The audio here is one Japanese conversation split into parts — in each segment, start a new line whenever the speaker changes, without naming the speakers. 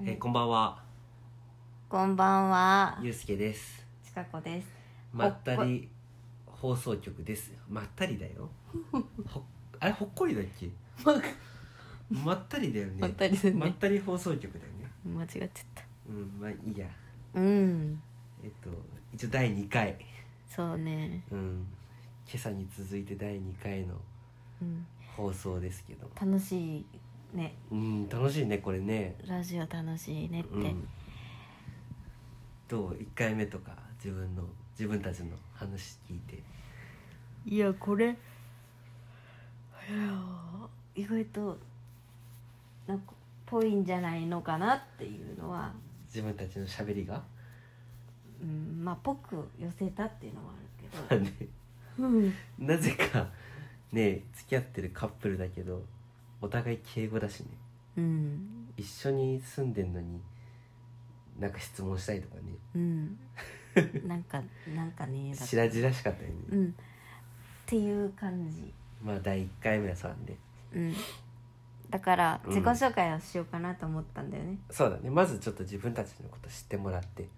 んばんは、
こんばんは。
ゆうすけです。
ちかこです。
まったり放送局です。まったりだよ。ほあれ、ほっこりだっけまったりだよね。
まったりだね
まったり放送局だよね。
間違っちゃった。
うん、まあいいや。
うん。
えっと、一応第2回。
そうね。
うん。今朝に続いて第2回の
うん。
放送ですけど。
楽しいね。
うん、楽しいね、これね。
ラジオ楽しいねって。
うん。どう ?1 回目とか、自分の、自分たちの話聞いて。
いやこれ。いや意外となんかぽいんじゃないのかなっていうのは、
自分たちの喋りが
うん、まあぽく寄せたっていうのはあるけ
まあ
ど。
ね
うん。
なぜかね付き合ってるカップルだけどお互い敬語だしね
うん。
一緒に住んでんのになんか質問したりとかね
うん。なんかなんかね。だって
白々しかったよね、
うん。っていう感じ。
まあ第1回目はそうなんで
うん、だから
うん
自己紹介をしようかなと思ったんだよね、
そうだねまずちょっと自分たちのこと知ってもらって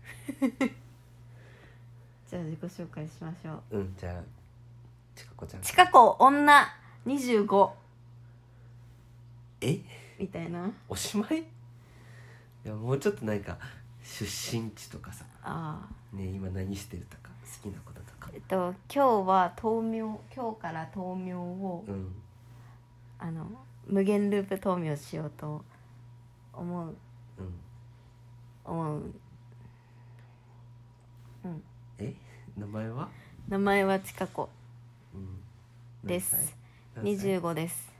じゃあ自己紹介しましょう
うんじゃあちかこちゃん
近子女25
え
みたいな
おしまいいやもうちょっとなんか出身地とかさ
あー
ね今何してるとか好きなこととか
えっと今日は豆苗今日から豆苗を、
うん
あの無限ループ豆苗しようと思う
うん
思う
え名前は、
名前は近子
うん、
で
何
す
歳何歳
25です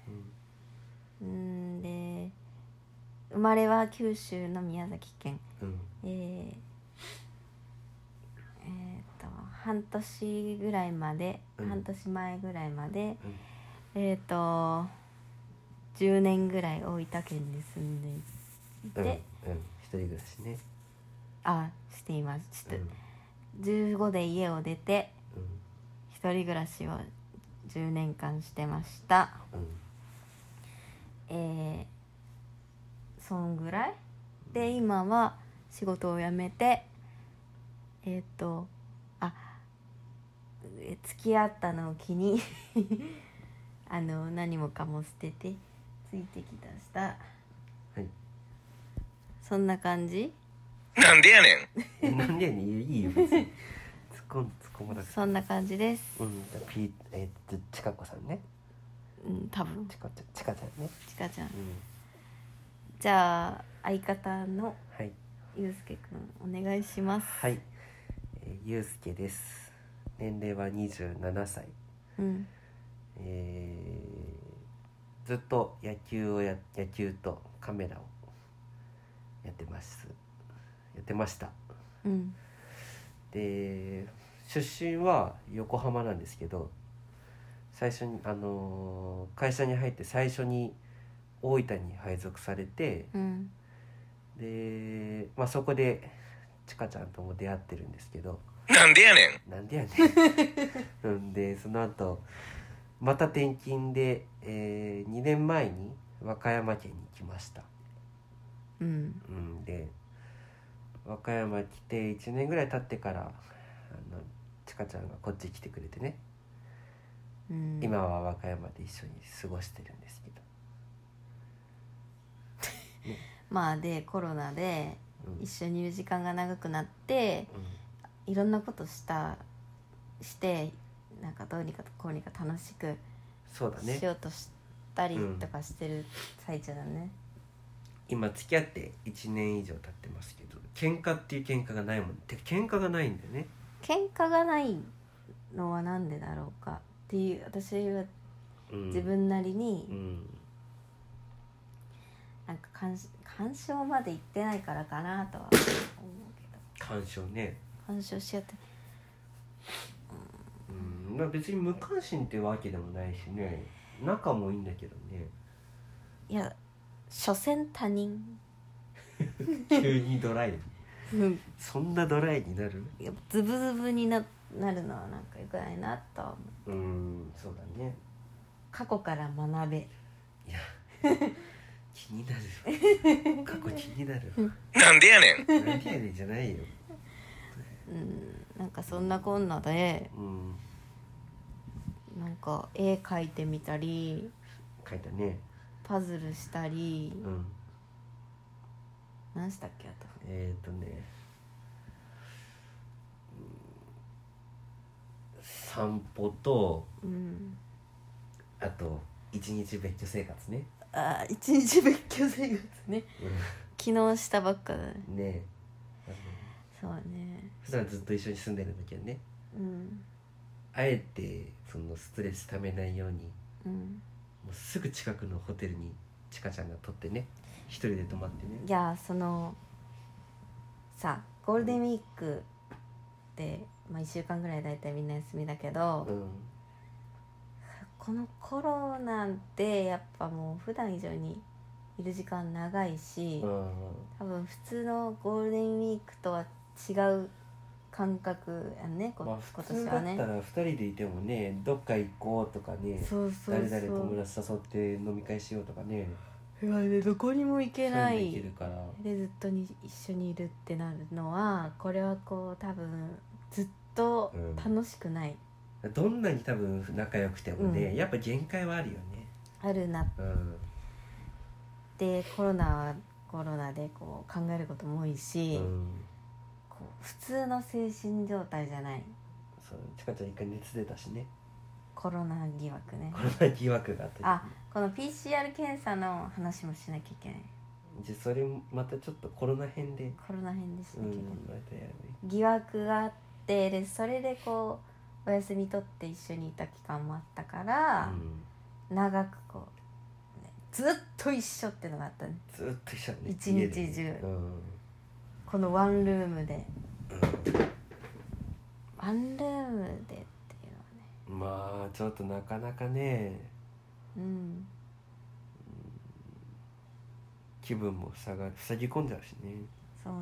うん
うんで生まれは九州の宮崎県
うん
えーえーっと半年ぐらいまで、
うん
半年前ぐらいまで、えーっと10年ぐらい大分県に住んでいて、
うん、うん、一人暮らしね。
あしています、
う
ちょ
ん
っ、と15で家を出て一人暮らしを10年間してました
うん、うん、
えーそんぐらいで今は仕事を辞めてえーっとあえ付き合ったのを気に あの何もかも捨ててついてきたした
はい。
そんな感じ
なんでやねん
えなんでやねん、いいいいよ、別に。突っ込ん、突っ込まなくて。
そんな感じです
うん、じゃあ、ピー、えーっと、ちかこさんね。
うん多分
ちかちゃん、ちかちゃんね。
ちかちゃん
うん、
じゃあ相方の
はい、
ゆうすけくんお願いします
はい。えー、ゆうすけです。年齢は二十七歳。
うん
えー、ずっと野球をや、野球とカメラを。やってます。やってました。
うん
で出身は横浜なんですけど最初に、あのー会社に入って最初に大分に配属されて
うん
で、まあ、そこでちかちゃんとも出会ってるんですけど
なんでやねん
なんでやねんうんでその後また転勤で、え2年前に和歌山県に来ました
うん
うんで和歌山来て1年ぐらい経ってからあのちかちゃんがこっち来てくれてね
うん
今は和歌山で一緒に過ごしてるんですけど、
まあでコロナで
うん
一緒にいる時間が長くなって
う
いろんなことしたしてなんかどうにかこうにか楽しく
んそうだね
しようとしたりとかしてる最中だね
今付き合って1年以上経ってますけど喧嘩っていう喧嘩がないもんてか喧嘩がないんだよね
喧嘩がないのはなんでだろうかっていう私は
うん
自分なりに
うん
なんか干干渉まで行ってないからかなとは思うけど
干渉ね
干渉し合って
うんまあ別に無関心ってわけでもないしね仲もいいんだけどね
いや所詮他人
急にドライ
うん
そんなドライになる
いやズブズブにななるのはなんか良くないなとは思う
うんそうだね
過去から学べ
いや気になる 過去気になる
なんでやねん
何でやねんじゃないよ
うんなんかそんなこんなで
うん
なんか絵描いてみたり
書いたね
パズルしたり
うん
何したっけあと
えっ、ー、とねうん散歩と
うん
あと一日別居生活ね、
あー一日別居生活ね昨日したばっかだね
うん、ねあの
そうね
普段ずっと一緒に住んでるんだけどね
うん
あえてそのストレスためないように
うん
もうすぐ近くのホテルにちかちゃんが取ってね一人で泊まってね
いやそのさゴールデンウィークって、まあ、1週間ぐらい大体みんな休みだけど、
うん
このコロナでやっぱもう普段以上にいる時間長いし、
う
多分普通のゴールデンウィークとは違う感覚やねこ、
ん、まあ
今
普
年
通だ
は
った
ね。
ら2人でいてもねどっか行こうとかね
そうそう
誰
そ
々友
う
達誘って飲み会しようとかね
うわねどこにも行けな
そううの
い
できるから
でずっとに一緒にいるってなるのはこれはこう多分ずっと楽しくない、
どんなに多分仲良くてもね、
うん
やっぱ限界はあるよね
あるなっ
うん
てコロナはコロナでこう考えることも多いし、
うん
こう普通の精神状態じゃない
そうちかちゃん一回熱出たしね
コロナ疑惑ね
これは疑惑があった
あこの PCR 検査の話もしなきゃいけない
じゃあそれまたちょっとコロナ編で
コロナ編でし
う
なきゃいけない、
んまたやる
疑惑があってでそれでこうお休み取って一緒にいた期間もあったから、
うん
長くこう、ねずっと一緒ってのがあったね
ずっと一緒だね
一日
家でね
中
うん
このワンルームでワンルームでっていうのはね
まあちょっとなかなかね
うん
気分も塞が塞ぎ込んじゃうしね
そうね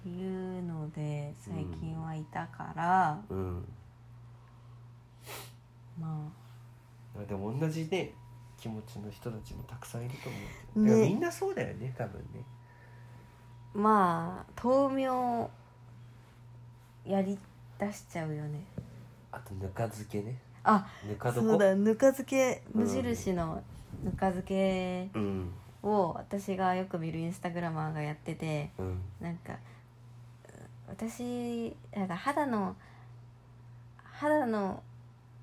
っていうので最近はいたから、
うん
ま
まあでも同じね気持ちの人たちもたくさんいると思う、
ね
だからみんなそうだよね多分ね
あまあ豆苗やり出しちゃうよね
あとぬか漬けね
あ
ぬか
そう
床
だぬか漬け
うん
無印のぬか漬け
うん
を私がよく見るインスタグラマーがやってて
うん
なんかう私なんか肌の肌の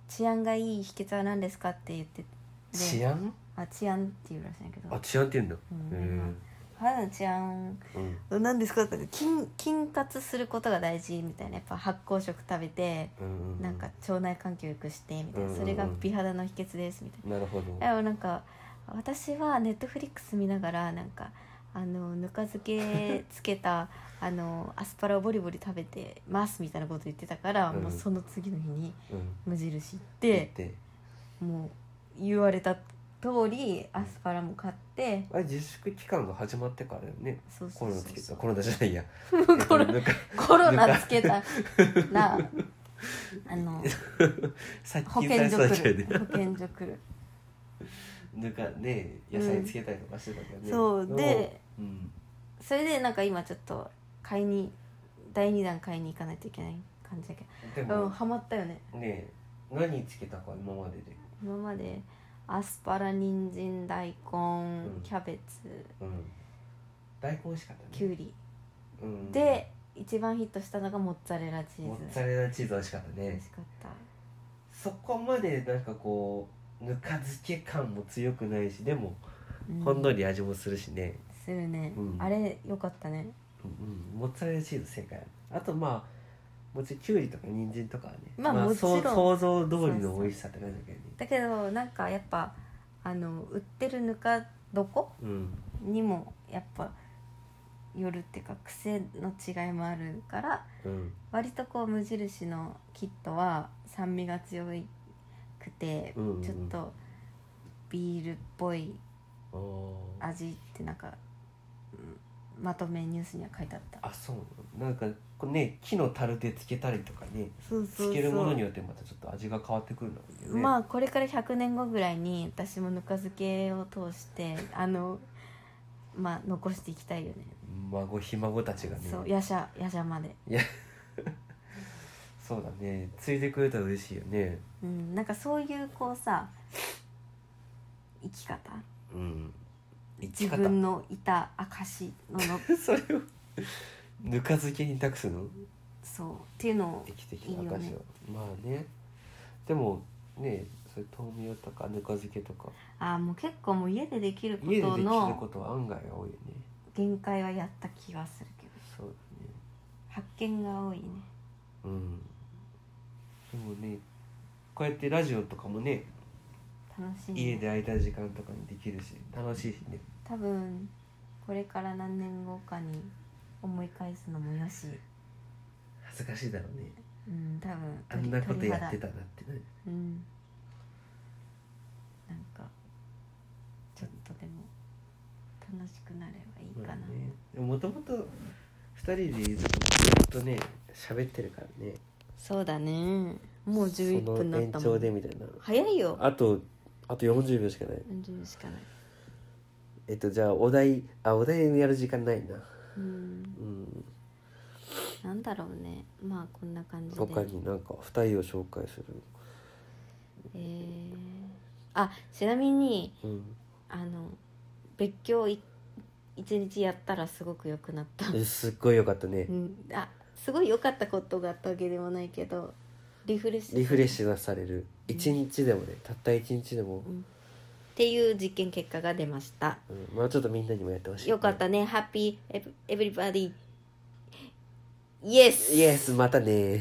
治安がいい秘訣は何ですかって言ってて
治安
あ治安っていうらしいんだけど
あ治安って言うんだ
う
へ
ん肌の治安
えうん
何ですかって菌菌活することが大事みたいなやっぱ発酵食食べて
うんうん
なんか腸内環境良くしてみたい
うんう
なん
うん
それが美肌の秘訣ですみたいな。
なるほど
でもなんか私はネットフリックス見ながらなんかあのぬか漬けつけた あのアスパラをボリボリ食べてますみたいなこと言ってたから、
うん
もうその次の日に
うん
無印行っ
言ってて
もう言われた通りアスパラも買って
あれ自粛期間が始まってからよね
そうそ
コ
う
ロナ
そ
つけ
うそ
た
う
コロナじゃないやえっ
コ
と
ロ
ぬか
コロナつけたら あの
殺
保
菌されてただ
健所
け
来
で
る保健所来る
ぬかね野菜つけたりとかしてたけどね
そうで
うん
それでなんか今ちょっと買いに第2弾買いに行かないといけない感じだけ
で
ど、うん、
も
ハマったよね
ね何つけたか今までで
今までアスパラ人参大
ん
根キャベツ
うん大根美味しかったね
きゅうり
うん
で一番ヒットしたのがモッツァレラチーズ
モッツァレラチーズ美味しかった
美
ね
味しかった
そこまでなんかこうぬか漬け感も強くないしでも
うん
ほんのり味もするしね、
するね、
うん
あれよかったね
うんうん、モッツァレラチーズ正解あとまあもちろんきゅうりとか人参とかはね
まあもちろ
そう
ん
想像通りの美味しさって感じだけどね
だけどなんかやっぱあの売ってるぬか床
うん
にもやっぱよるっていうか癖の違いもあるから
うん
割とこう無印のキットは酸味が強くて、
うんうん
ちょっとビールっぽい
あー
味ってなんか、うんまとめニュースには書いてあった
あそうなんかこれね木の樽でつけたりとかね
そうそうそう
つけるものによってまたちょっと味が変わってくるのもいいよね、
まあこれから100年後ぐらいに私もぬか漬けを通してあのまあ残していきたいよね
孫ひ孫たちがね
そう夜叉夜叉まで、
そうだねついでくれたら嬉しいよね
うん、なんかそういうこうさ生き方
うん生き
自
方
分のいた証のの
それをぬか漬けに託すの
そうっていうのを
生きてきた
いいよ
証を
ね
まあねでもねそれ豆苗とかぬか漬けとか
ああもう結構もう家でできるこ
家でで
と
きる
の
ことは案外多いよね
限界はやった気がするけど
そうだね
発見が多いね
うんでもねこうやってラジオとかもね
楽しい、ね、
家で空いた時間とかにできるし楽しいしね
多分これから何年後かに思い返すのもよし、
恥ずかしいだろうね
うん、多分
あんなこと
鳥
やっ
肌
てたなってね
うんなんかちょっとでも楽しくなればいいかな、
もともと2人でずっとね喋ってるからね
そうだねもう11
そ
分
の
なっ
延
たも
長
ん
でみたいな
早いよ
あとあと40秒しかない
40しかない
えっとじゃあお題あお題やる時間ないな
うん
うん
なんだろうねまあこんな感じで
他になんか2人を紹介する
えー、あちなみに
うん
あの別居をい一日やったらすごく良くなった、
えすっごいよかったね
うん、あすごい良かったことがあったわけでもないけどリフレッシュ
リフレッシュなされる
うん
一日でもねたった一日でも
う、んっていう実験結果が出ました
うん、まあちょっとみんなにもやってほしい、
よかったねハッピーエブエブリバディイエス
イエスまたね